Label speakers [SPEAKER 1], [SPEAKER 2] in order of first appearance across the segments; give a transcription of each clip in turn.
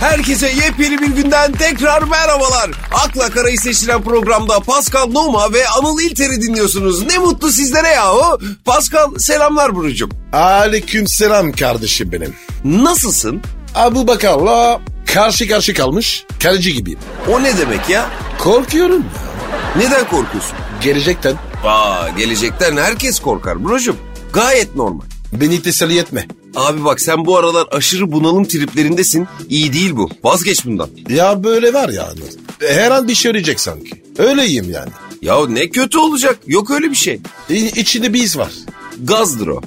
[SPEAKER 1] Herkese yepyeni bir günden tekrar merhabalar. Akla Kara'yı seçilen programda Pascal Noma ve Anıl İlter'i dinliyorsunuz. Ne mutlu sizlere yahu. Pascal selamlar Burucuğum.
[SPEAKER 2] Aleyküm selam kardeşim benim.
[SPEAKER 1] Nasılsın?
[SPEAKER 2] Abu Bakar'la karşı karşı kalmış kaleci gibiyim.
[SPEAKER 1] O ne demek ya?
[SPEAKER 2] Korkuyorum ya.
[SPEAKER 1] Neden korkuyorsun?
[SPEAKER 2] Gelecekten
[SPEAKER 1] Aa gelecekten herkes korkar Burucuğum. Gayet normal.
[SPEAKER 2] beni teselli etme.
[SPEAKER 1] Abi bak sen bu aralar aşırı bunalım triplerindesin. İyi değil bu. Vazgeç bundan.
[SPEAKER 2] Ya böyle var ya Anıl. Her an bir şey ölecek sanki. Öyleyim yani.
[SPEAKER 1] Ya ne kötü olacak. Yok öyle bir şey.
[SPEAKER 2] İ- İçinde bir iz var.
[SPEAKER 1] Gazdır o.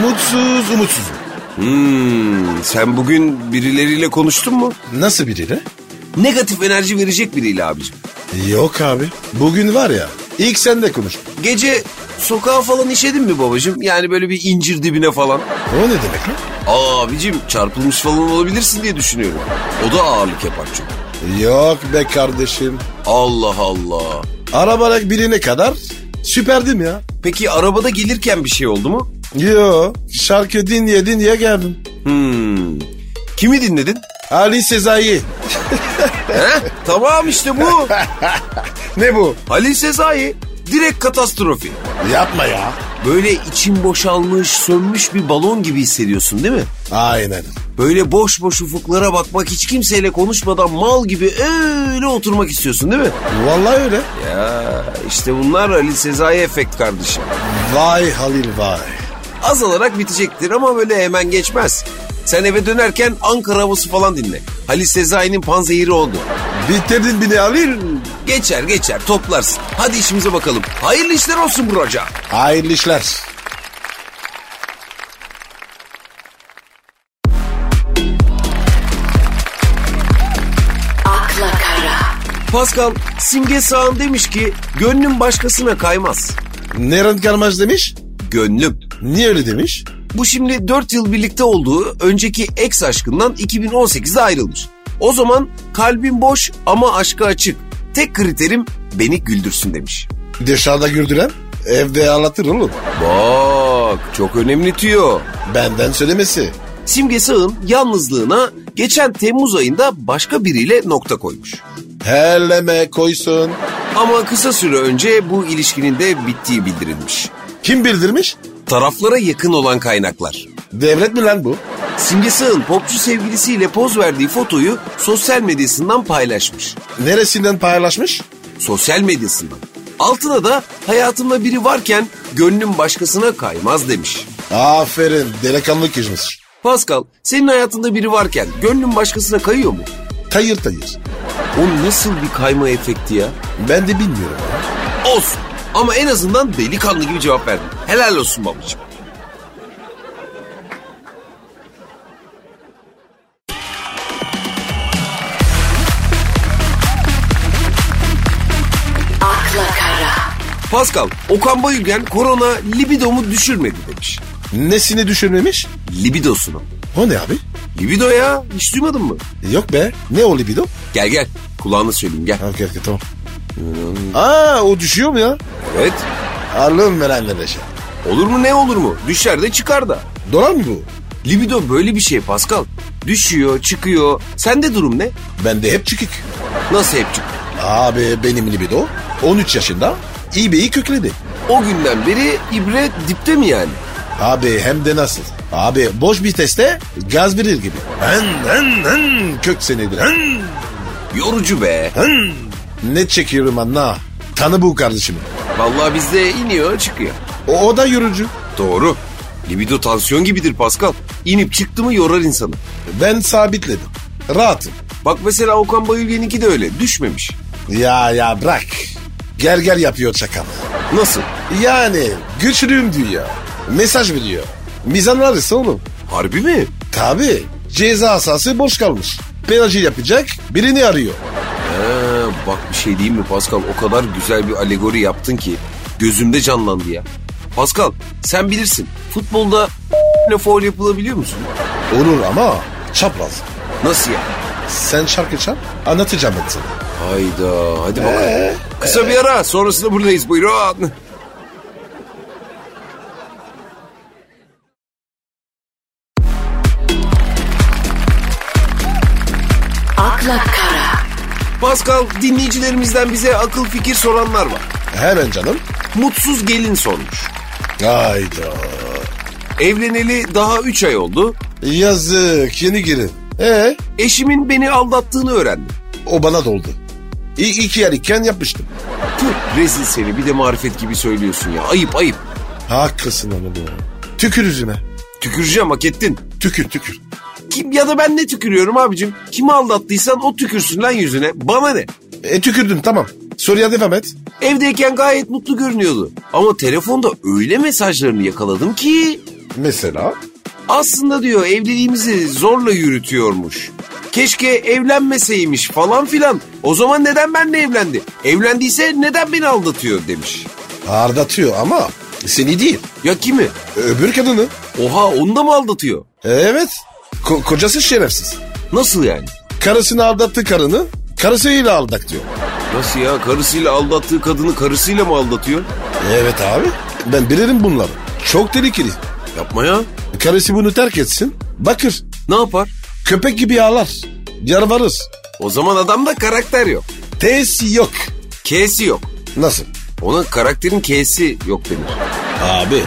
[SPEAKER 2] Mutsuz umutsuz.
[SPEAKER 1] Hmm, sen bugün birileriyle konuştun mu?
[SPEAKER 2] Nasıl biriyle?
[SPEAKER 1] Negatif enerji verecek biriyle abicim.
[SPEAKER 2] Yok abi. Bugün var ya ilk sen de konuş.
[SPEAKER 1] Gece sokağa falan işedin mi babacım? Yani böyle bir incir dibine falan.
[SPEAKER 2] O ne demek lan?
[SPEAKER 1] Aa abicim çarpılmış falan olabilirsin diye düşünüyorum. O da ağırlık yapar çünkü.
[SPEAKER 2] Yok be kardeşim.
[SPEAKER 1] Allah Allah.
[SPEAKER 2] Arabarak birine kadar süperdim ya.
[SPEAKER 1] Peki arabada gelirken bir şey oldu mu?
[SPEAKER 2] Yo şarkı dinleye dinleye geldim.
[SPEAKER 1] Hmm. Kimi dinledin?
[SPEAKER 2] Ali Sezai.
[SPEAKER 1] He? Tamam işte bu.
[SPEAKER 2] Ne bu?
[SPEAKER 1] Ali Sezai. Direkt katastrofi.
[SPEAKER 2] Yapma ya.
[SPEAKER 1] Böyle için boşalmış, sönmüş bir balon gibi hissediyorsun değil mi?
[SPEAKER 2] Aynen.
[SPEAKER 1] Böyle boş boş ufuklara bakmak, hiç kimseyle konuşmadan mal gibi öyle oturmak istiyorsun değil mi?
[SPEAKER 2] Vallahi öyle.
[SPEAKER 1] Ya işte bunlar Ali Sezai efekt kardeşim.
[SPEAKER 2] Vay Halil vay.
[SPEAKER 1] Azalarak bitecektir ama böyle hemen geçmez. Sen eve dönerken Ankara havası falan dinle. Halil Sezai'nin panzehiri oldu.
[SPEAKER 2] Bitirdin beni Halil.
[SPEAKER 1] Geçer geçer toplarsın. Hadi işimize bakalım. Hayırlı işler olsun Buraca.
[SPEAKER 2] Hayırlı işler.
[SPEAKER 3] akla kara,
[SPEAKER 1] Pascal Simge Sağan demiş ki gönlüm başkasına kaymaz.
[SPEAKER 2] Neren Karmaz demiş.
[SPEAKER 1] Gönlüm.
[SPEAKER 2] Niye öyle demiş?
[SPEAKER 1] Bu şimdi 4 yıl birlikte olduğu önceki ex aşkından 2018'de ayrılmış. O zaman kalbim boş ama aşka açık. Tek kriterim beni güldürsün demiş.
[SPEAKER 2] Dışarıda gürdüler. Evde ağlatır oğlum.
[SPEAKER 1] Bak çok önemli tüyo.
[SPEAKER 2] Benden söylemesi.
[SPEAKER 1] Simge Sağ'ın yalnızlığına geçen Temmuz ayında başka biriyle nokta koymuş.
[SPEAKER 2] Helleme koysun.
[SPEAKER 1] Ama kısa süre önce bu ilişkinin de bittiği bildirilmiş.
[SPEAKER 2] Kim bildirmiş?
[SPEAKER 1] Taraflara yakın olan kaynaklar.
[SPEAKER 2] Devlet mi lan bu?
[SPEAKER 1] Simge Sağ'ın popçu sevgilisiyle poz verdiği fotoyu sosyal medyasından paylaşmış.
[SPEAKER 2] Neresinden paylaşmış?
[SPEAKER 1] sosyal medyasından. Altına da hayatımda biri varken gönlüm başkasına kaymaz demiş.
[SPEAKER 2] Aferin delikanlı kızmış.
[SPEAKER 1] Pascal senin hayatında biri varken gönlün başkasına kayıyor mu?
[SPEAKER 2] Tayır tayır.
[SPEAKER 1] O nasıl bir kayma efekti ya?
[SPEAKER 2] Ben de bilmiyorum. ya.
[SPEAKER 1] Olsun ama en azından delikanlı gibi cevap verdin. Helal olsun babacığım.
[SPEAKER 3] akla kara,
[SPEAKER 1] Pascal, Okan Bayülgen korona libidomu düşürmedi demiş.
[SPEAKER 2] Nesini düşünmemiş?
[SPEAKER 1] Libidosunu.
[SPEAKER 2] O ne abi?
[SPEAKER 1] Libido ya hiç duymadın mı?
[SPEAKER 2] Yok be. Ne o libido?
[SPEAKER 1] Gel gel kulağına söyleyeyim gel.
[SPEAKER 2] Ha, Okey okey tamam. Aa o düşüyor mu ya?
[SPEAKER 1] Evet
[SPEAKER 2] Allah'ım veren neşe.
[SPEAKER 1] olur mu ne olur mu düşer de çıkar da.
[SPEAKER 2] Dolar mı bu?
[SPEAKER 1] Libido böyle bir şey Pascal. Düşüyor, çıkıyor. Sende durum ne?
[SPEAKER 2] Bende hep çıkık.
[SPEAKER 1] Nasıl hep çık?
[SPEAKER 2] Abi benim libido 13 yaşında İB'yi kökledi.
[SPEAKER 1] O günden beri ibre dipte mi yani?
[SPEAKER 2] Abi hem de nasıl? Abi boş bir teste gaz verir gibi. Hın hın hın kök senedir. Hın
[SPEAKER 1] Yorucu be.
[SPEAKER 2] hın. Ne çekiyorum anna? Tanı bu kardeşim.
[SPEAKER 1] Vallahi bizde iniyor, çıkıyor.
[SPEAKER 2] O, o da yorucu.
[SPEAKER 1] Doğru. Libido tansiyon gibidir Pascal. İnip çıktı mı yorar insanı.
[SPEAKER 2] Ben sabitledim. Rahatım.
[SPEAKER 1] Bak mesela Okan Bayülgen'inki de öyle. Düşmemiş.
[SPEAKER 2] Ya ya bırak. Gel gel yapıyor çakal.
[SPEAKER 1] Nasıl?
[SPEAKER 2] Yani güçlüyüm diyor. ya. Mesaj veriyor. Mizan arası oğlum.
[SPEAKER 1] Harbi mi?
[SPEAKER 2] Tabi ceza sahası boş kalmış. Penaltı yapacak birini arıyor.
[SPEAKER 1] Ee, bak bir şey diyeyim mi Pascal? O kadar güzel bir alegori yaptın ki gözümde canlandı ya. Pascal sen bilirsin. Futbolda ne foul yapılabiliyor musun?
[SPEAKER 2] Olur ama çapraz.
[SPEAKER 1] Nasıl ya?
[SPEAKER 2] Sen şarkı çal anlatacağım ben sana.
[SPEAKER 1] Hayda hadi bakalım. Kısa bir ara sonrasında buradayız buyurun. Pascal dinleyicilerimizden bize akıl fikir soranlar var.
[SPEAKER 2] Hemen canım.
[SPEAKER 1] Mutsuz gelin sormuş.
[SPEAKER 2] Hayda.
[SPEAKER 1] Evleneli daha 3 ay oldu.
[SPEAKER 2] Yazık yeni girin. Ee,
[SPEAKER 1] Eşimin beni aldattığını öğrendim.
[SPEAKER 2] o bana doldu. İ- iki yer iken yapmıştım.
[SPEAKER 1] Tüh rezil seni bir de marifet gibi söylüyorsun ya. Ayıp ayıp.
[SPEAKER 2] Haklısın ama bu. Tükür yüzüme.
[SPEAKER 1] Tüküreceğim hak ettin.
[SPEAKER 2] Tükür tükür.
[SPEAKER 1] Kim ya da ben ne tükürüyorum abicim? Kimi aldattıysan o tükürsün lan yüzüne. Bana ne?
[SPEAKER 2] E tükürdüm tamam. Soruya devam et.
[SPEAKER 1] Evdeyken gayet mutlu görünüyordu. Ama telefonda öyle mesajlarını yakaladım ki...
[SPEAKER 2] Mesela?
[SPEAKER 1] Aslında diyor evliliğimizi zorla yürütüyormuş. Keşke evlenmeseymiş falan filan. O zaman neden benle evlendi? Evlendiyse neden beni aldatıyor demiş.
[SPEAKER 2] Ardatıyor ama seni değil.
[SPEAKER 1] Ya kimi?
[SPEAKER 2] Ee, Öbür kadını. Ee,
[SPEAKER 1] Oha onu da mı aldatıyor?
[SPEAKER 2] Evet. Ko- kocası şerefsiz.
[SPEAKER 1] Nasıl yani?
[SPEAKER 2] Karısını aldattı karını. Karısıyla aldak diyor.
[SPEAKER 1] Nasıl ya karısıyla aldattığı kadını karısıyla mı aldatıyor?
[SPEAKER 2] Ee, Evet abi. Ben bilirim bunları. Çok tehlikeli.
[SPEAKER 1] Yapma ya.
[SPEAKER 2] Karısı bunu terk etsin. Bakır.
[SPEAKER 1] Ne yapar?
[SPEAKER 2] Köpek gibi ağlar. Yarvarır.
[SPEAKER 1] O zaman adamda karakter yok.
[SPEAKER 2] T'si yok.
[SPEAKER 1] K'si yok.
[SPEAKER 2] Nasıl?
[SPEAKER 1] Ona karakterin K'si yok denir.
[SPEAKER 2] Abi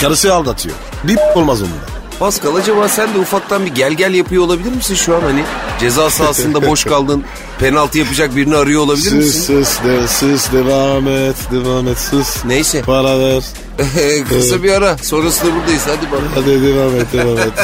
[SPEAKER 2] karısı aldatıyor. Bir olmaz onunla.
[SPEAKER 1] Pascal acaba sen de ufaktan bir gel gel yapıyor olabilir misin şu an hani? Ceza sahasında boş kaldın. Penaltı yapacak birini arıyor olabilir
[SPEAKER 2] Sus
[SPEAKER 1] misin?
[SPEAKER 2] sus de, sus devam et devam et sus.
[SPEAKER 1] Neyse.
[SPEAKER 2] Para ver.
[SPEAKER 1] Kısa bir ara. Sonrasında buradayız. Hadi bana.
[SPEAKER 2] Hadi devam et devam et.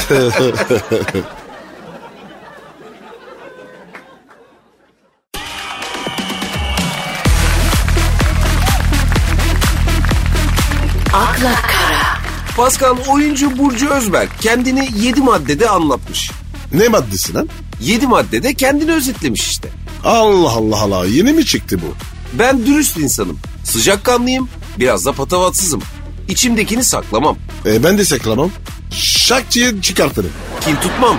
[SPEAKER 3] akla kara,
[SPEAKER 1] Pascal oyuncu Burcu Özberk kendini 7 maddede anlatmış.
[SPEAKER 2] ne maddesi lan?
[SPEAKER 1] 7 maddede kendini özetlemiş işte.
[SPEAKER 2] Allah Allah Allah yeni mi çıktı bu?
[SPEAKER 1] Ben dürüst insanım. Sıcakkanlıyım. Biraz da patavatsızım. İçimdekini saklamam.
[SPEAKER 2] E, ben de saklamam. Şak diye çıkartırım.
[SPEAKER 1] Kin tutmam.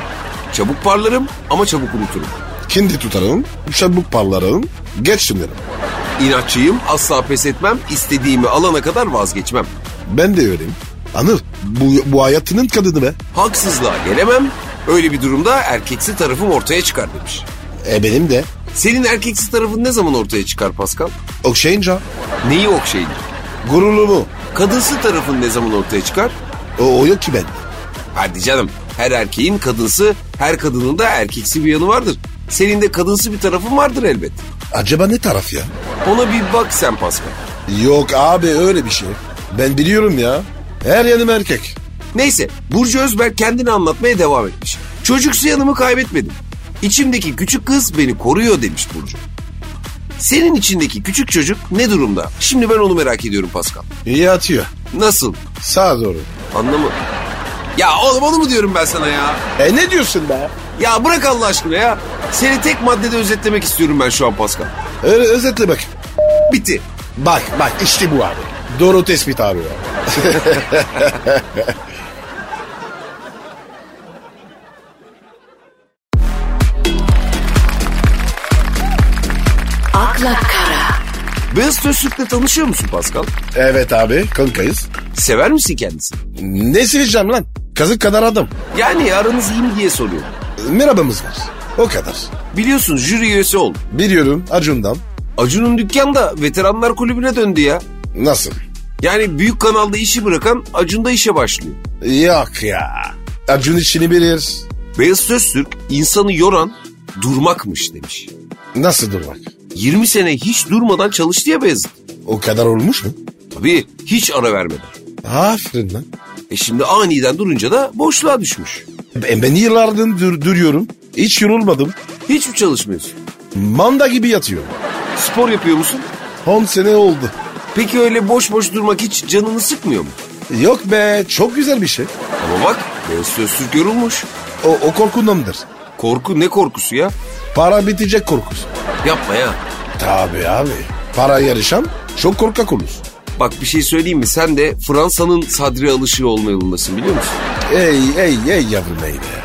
[SPEAKER 1] Çabuk parlarım ama çabuk unuturum.
[SPEAKER 2] Kendi tutarım. Çabuk parlarım. Geç şunları.
[SPEAKER 1] İnatçıyım, asla pes etmem, istediğimi alana kadar vazgeçmem.
[SPEAKER 2] Ben de öyleyim. Anıl bu, bu hayatının kadını be.
[SPEAKER 1] Haksızlığa gelemem, öyle bir durumda erkeksi tarafım ortaya çıkar demiş.
[SPEAKER 2] E benim de.
[SPEAKER 1] Senin erkeksi tarafın ne zaman ortaya çıkar Pascal?
[SPEAKER 2] Okşayınca.
[SPEAKER 1] Neyi okşayın?
[SPEAKER 2] Gururumu.
[SPEAKER 1] Kadınsı tarafın ne zaman ortaya çıkar?
[SPEAKER 2] O, o yok ki bende.
[SPEAKER 1] Hadi canım, her erkeğin kadınsı, her kadının da erkeksi bir yanı vardır. Senin de kadınsı bir tarafın vardır elbet.
[SPEAKER 2] Acaba ne taraf ya?
[SPEAKER 1] Ona bir bak sen Pascal.
[SPEAKER 2] Yok abi öyle bir şey. Ben biliyorum ya. Her yanım erkek.
[SPEAKER 1] Neyse Burcu Özberk kendini anlatmaya devam etmiş. Çocuksu yanımı kaybetmedim. İçimdeki küçük kız beni koruyor demiş Burcu. Senin içindeki küçük çocuk ne durumda? Şimdi ben onu merak ediyorum Pascal.
[SPEAKER 2] İyi atıyor.
[SPEAKER 1] Nasıl?
[SPEAKER 2] Sağa doğru.
[SPEAKER 1] Anlamı? Ya oğlum onu mu diyorum ben sana ya?
[SPEAKER 2] E ne diyorsun be?
[SPEAKER 1] Ya bırak Allah aşkına ya. Seni tek maddede özetlemek istiyorum ben şu an Pascal.
[SPEAKER 2] Öyle özetle bak.
[SPEAKER 1] Bitti.
[SPEAKER 2] Bak bak işte bu abi. Doğru tespit abi ya.
[SPEAKER 3] akla kara,
[SPEAKER 1] Beyaz Tözlük'le tanışıyor musun Pascal?
[SPEAKER 2] Evet abi kankayız.
[SPEAKER 1] Sever misin kendisini?
[SPEAKER 2] Ne sileceğim lan? Kazık kadar adam.
[SPEAKER 1] Yani aranız iyi mi diye soruyorum.
[SPEAKER 2] Merhabamız var. O kadar.
[SPEAKER 1] Biliyorsun jüri üyesi oldum.
[SPEAKER 2] Biliyorum Acun'dan.
[SPEAKER 1] Acun'un dükkanı da veteranlar kulübüne döndü ya.
[SPEAKER 2] Nasıl?
[SPEAKER 1] Yani büyük kanalda işi bırakan Acun'da işe başlıyor.
[SPEAKER 2] Yok ya. Acun işini bilir.
[SPEAKER 1] Beyaz Öztürk insanı yoran durmakmış demiş.
[SPEAKER 2] Nasıl durmak?
[SPEAKER 1] 20 sene hiç durmadan çalıştı ya Beyazıt.
[SPEAKER 2] O kadar olmuş mu?
[SPEAKER 1] Tabii hiç ara vermeden.
[SPEAKER 2] Aferin lan.
[SPEAKER 1] E şimdi aniden durunca da boşluğa düşmüş.
[SPEAKER 2] Ben, ben yıllardır dur- duruyorum. Hiç yorulmadım.
[SPEAKER 1] Hiç mi çalışmıyorsun?
[SPEAKER 2] Manda gibi yatıyorum.
[SPEAKER 1] Spor yapıyor musun?
[SPEAKER 2] 10 sene oldu.
[SPEAKER 1] Peki öyle boş boş durmak hiç canını sıkmıyor mu?
[SPEAKER 2] Yok be çok güzel bir şey.
[SPEAKER 1] Ama bak Beyaz Öztürk yorulmuş.
[SPEAKER 2] O, o korkundandır.
[SPEAKER 1] Korku ne korkusu ya?
[SPEAKER 2] Para bitecek korkusu.
[SPEAKER 1] Yapma ya.
[SPEAKER 2] Tabii abi. Para yarışan çok korkak olur.
[SPEAKER 1] Bak bir şey söyleyeyim mi? Sen de Fransa'nın Sadri Alışığı olma yolundasın biliyor musun?
[SPEAKER 2] Ey ey ey yavrum ey be.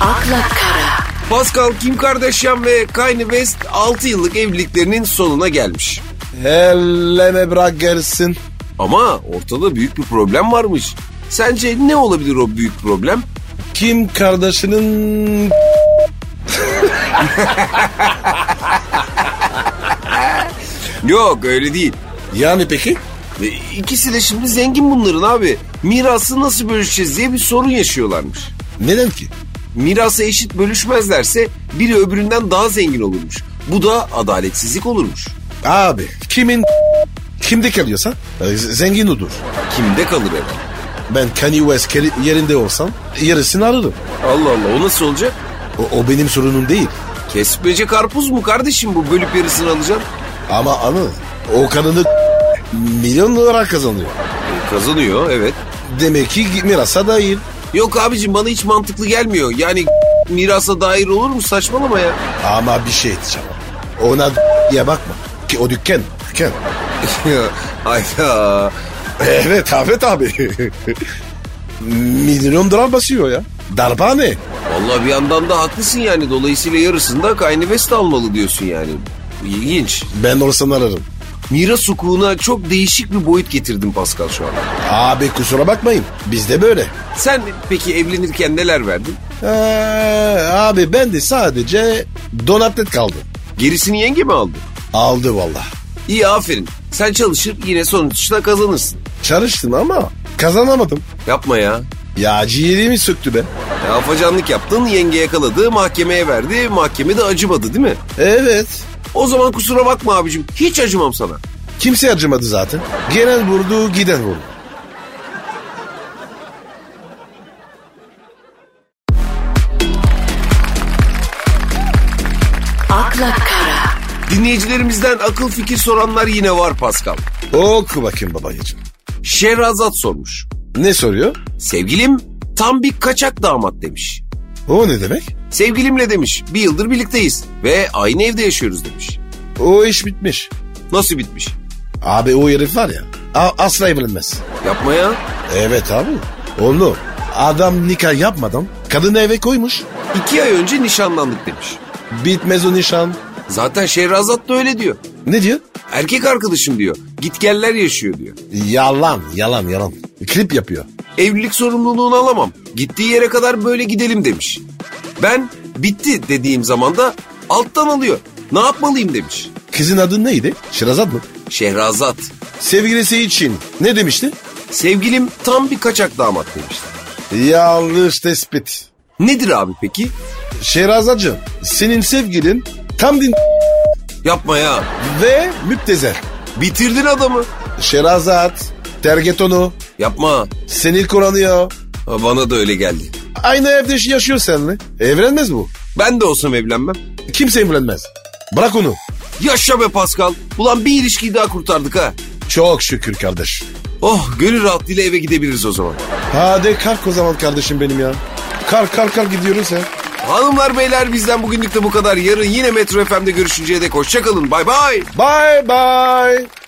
[SPEAKER 3] akla kara,
[SPEAKER 1] Pascal Kim Kardashian ve Kanye West 6 yıllık evliliklerinin sonuna gelmiş.
[SPEAKER 2] Elleme bırak gelsin.
[SPEAKER 1] Ama ortada büyük bir problem varmış. Sence ne olabilir o büyük problem?
[SPEAKER 2] Kim kardeşinin...
[SPEAKER 1] Yok öyle değil.
[SPEAKER 2] Yani peki?
[SPEAKER 1] E, İkisi de şimdi zengin bunların abi. Mirası nasıl bölüşeceğiz diye bir sorun yaşıyorlarmış.
[SPEAKER 2] Neden ki?
[SPEAKER 1] Mirası eşit bölüşmezlerse biri öbüründen daha zengin olurmuş. Bu da adaletsizlik olurmuş.
[SPEAKER 2] Abi kimin... Kimde kalıyorsa e, zengin odur.
[SPEAKER 1] Kimde kalır eve?
[SPEAKER 2] Ben Kanye West keri- yerinde olsam yarısını alırım.
[SPEAKER 1] Allah Allah o nasıl olacak?
[SPEAKER 2] O, o benim sorunum değil.
[SPEAKER 1] Kesmece karpuz mu kardeşim bu bölüp yarısını alacaksın?
[SPEAKER 2] Ama anı o kadını milyon olarak kazanıyor.
[SPEAKER 1] E, kazanıyor evet.
[SPEAKER 2] Demek ki mirasa değil.
[SPEAKER 1] Yok abicim bana hiç mantıklı gelmiyor. Yani mirasa dair olur mu saçmalama ya.
[SPEAKER 2] Ama bir şey diyeceğim. Ona diye bakma. Ki o dükkan. Dükkan.
[SPEAKER 1] Hayda.
[SPEAKER 2] Evet Ahmet abi. milyon dolar basıyor ya. Darba ne?
[SPEAKER 1] Vallahi bir yandan da haklısın yani. Dolayısıyla yarısında Kanye West almalı diyorsun yani. İlginç.
[SPEAKER 2] Ben olsam alırım.
[SPEAKER 1] Miras hukukuna çok değişik bir boyut getirdin Pascal şu an.
[SPEAKER 2] Abi kusura bakmayın. Bizde böyle.
[SPEAKER 1] Sen peki evlenirken neler verdin?
[SPEAKER 2] Ee, abi ben de sadece donatlet kaldı.
[SPEAKER 1] Gerisini yenge mi aldı?
[SPEAKER 2] Aldı valla.
[SPEAKER 1] İyi aferin. Sen çalışır yine sonuçta kazanırsın.
[SPEAKER 2] Çalıştım ama kazanamadım.
[SPEAKER 1] Yapma ya.
[SPEAKER 2] Ya ciğerimi söktü be.
[SPEAKER 1] Ya afacanlık yaptın yenge yakaladı mahkemeye verdi mahkeme de acımadı değil mi?
[SPEAKER 2] Evet.
[SPEAKER 1] O zaman kusura bakma abicim hiç acımam sana.
[SPEAKER 2] Kimse acımadı zaten. Gelen vurdu, giden vurdu.
[SPEAKER 3] akla kara,
[SPEAKER 1] Dinleyicilerimizden akıl fikir soranlar yine var Pascal.
[SPEAKER 2] Oku bakayım babacığım.
[SPEAKER 1] Şehrazat sormuş.
[SPEAKER 2] Ne soruyor?
[SPEAKER 1] Sevgilim tam bir kaçak damat demiş.
[SPEAKER 2] O ne demek?
[SPEAKER 1] Sevgilimle demiş bir yıldır birlikteyiz ve aynı evde yaşıyoruz demiş.
[SPEAKER 2] O iş bitmiş.
[SPEAKER 1] Nasıl bitmiş?
[SPEAKER 2] Abi o herif var ya a- asla evlenmez.
[SPEAKER 1] Yapma ya.
[SPEAKER 2] Evet abi. Onu adam nikah yapmadan kadını eve koymuş.
[SPEAKER 1] İki ay önce nişanlandık demiş.
[SPEAKER 2] Bitmez o nişan.
[SPEAKER 1] Zaten Şehrazat da öyle diyor.
[SPEAKER 2] Ne diyor?
[SPEAKER 1] Erkek arkadaşım diyor. Gitgeller yaşıyor diyor.
[SPEAKER 2] Yalan yalan yalan. Klip yapıyor.
[SPEAKER 1] Evlilik sorumluluğunu alamam. Gittiği yere kadar böyle gidelim demiş. Ben bitti dediğim zaman da alttan alıyor. Ne yapmalıyım demiş.
[SPEAKER 2] Kızın adı neydi? Şirazat mı?
[SPEAKER 1] Şehrazat.
[SPEAKER 2] Sevgilisi için ne demişti?
[SPEAKER 1] Sevgilim tam bir kaçak damat demişti.
[SPEAKER 2] Yanlış tespit.
[SPEAKER 1] Nedir abi peki?
[SPEAKER 2] Şehrazatcığım senin sevgilin tam din
[SPEAKER 1] Yapma ya.
[SPEAKER 2] ve müptezel.
[SPEAKER 1] Bitirdin adamı.
[SPEAKER 2] Şerazat, Tergetonu,
[SPEAKER 1] Yapma.
[SPEAKER 2] seni kullanıyor.
[SPEAKER 1] Ha, Bana da öyle geldi.
[SPEAKER 2] Aynı evde yaşıyor seninle. Evlenmez bu.
[SPEAKER 1] Ben de olsam evlenmem.
[SPEAKER 2] Kimse evlenmez. Bırak onu.
[SPEAKER 1] Yaşa be Pascal. Ulan bir ilişkiyi daha kurtardık ha.
[SPEAKER 2] Çok şükür kardeş.
[SPEAKER 1] Oh gönül rahatlığıyla eve gidebiliriz o zaman.
[SPEAKER 2] Hadi kalk o zaman kardeşim benim ya. Kalk kalk kalk gidiyoruz ya.
[SPEAKER 1] Hanımlar beyler bizden bugünlük de bu kadar. Yarın yine Metro FM'de görüşünceye dek hoşçakalın. Bay bay.
[SPEAKER 2] Bye bye.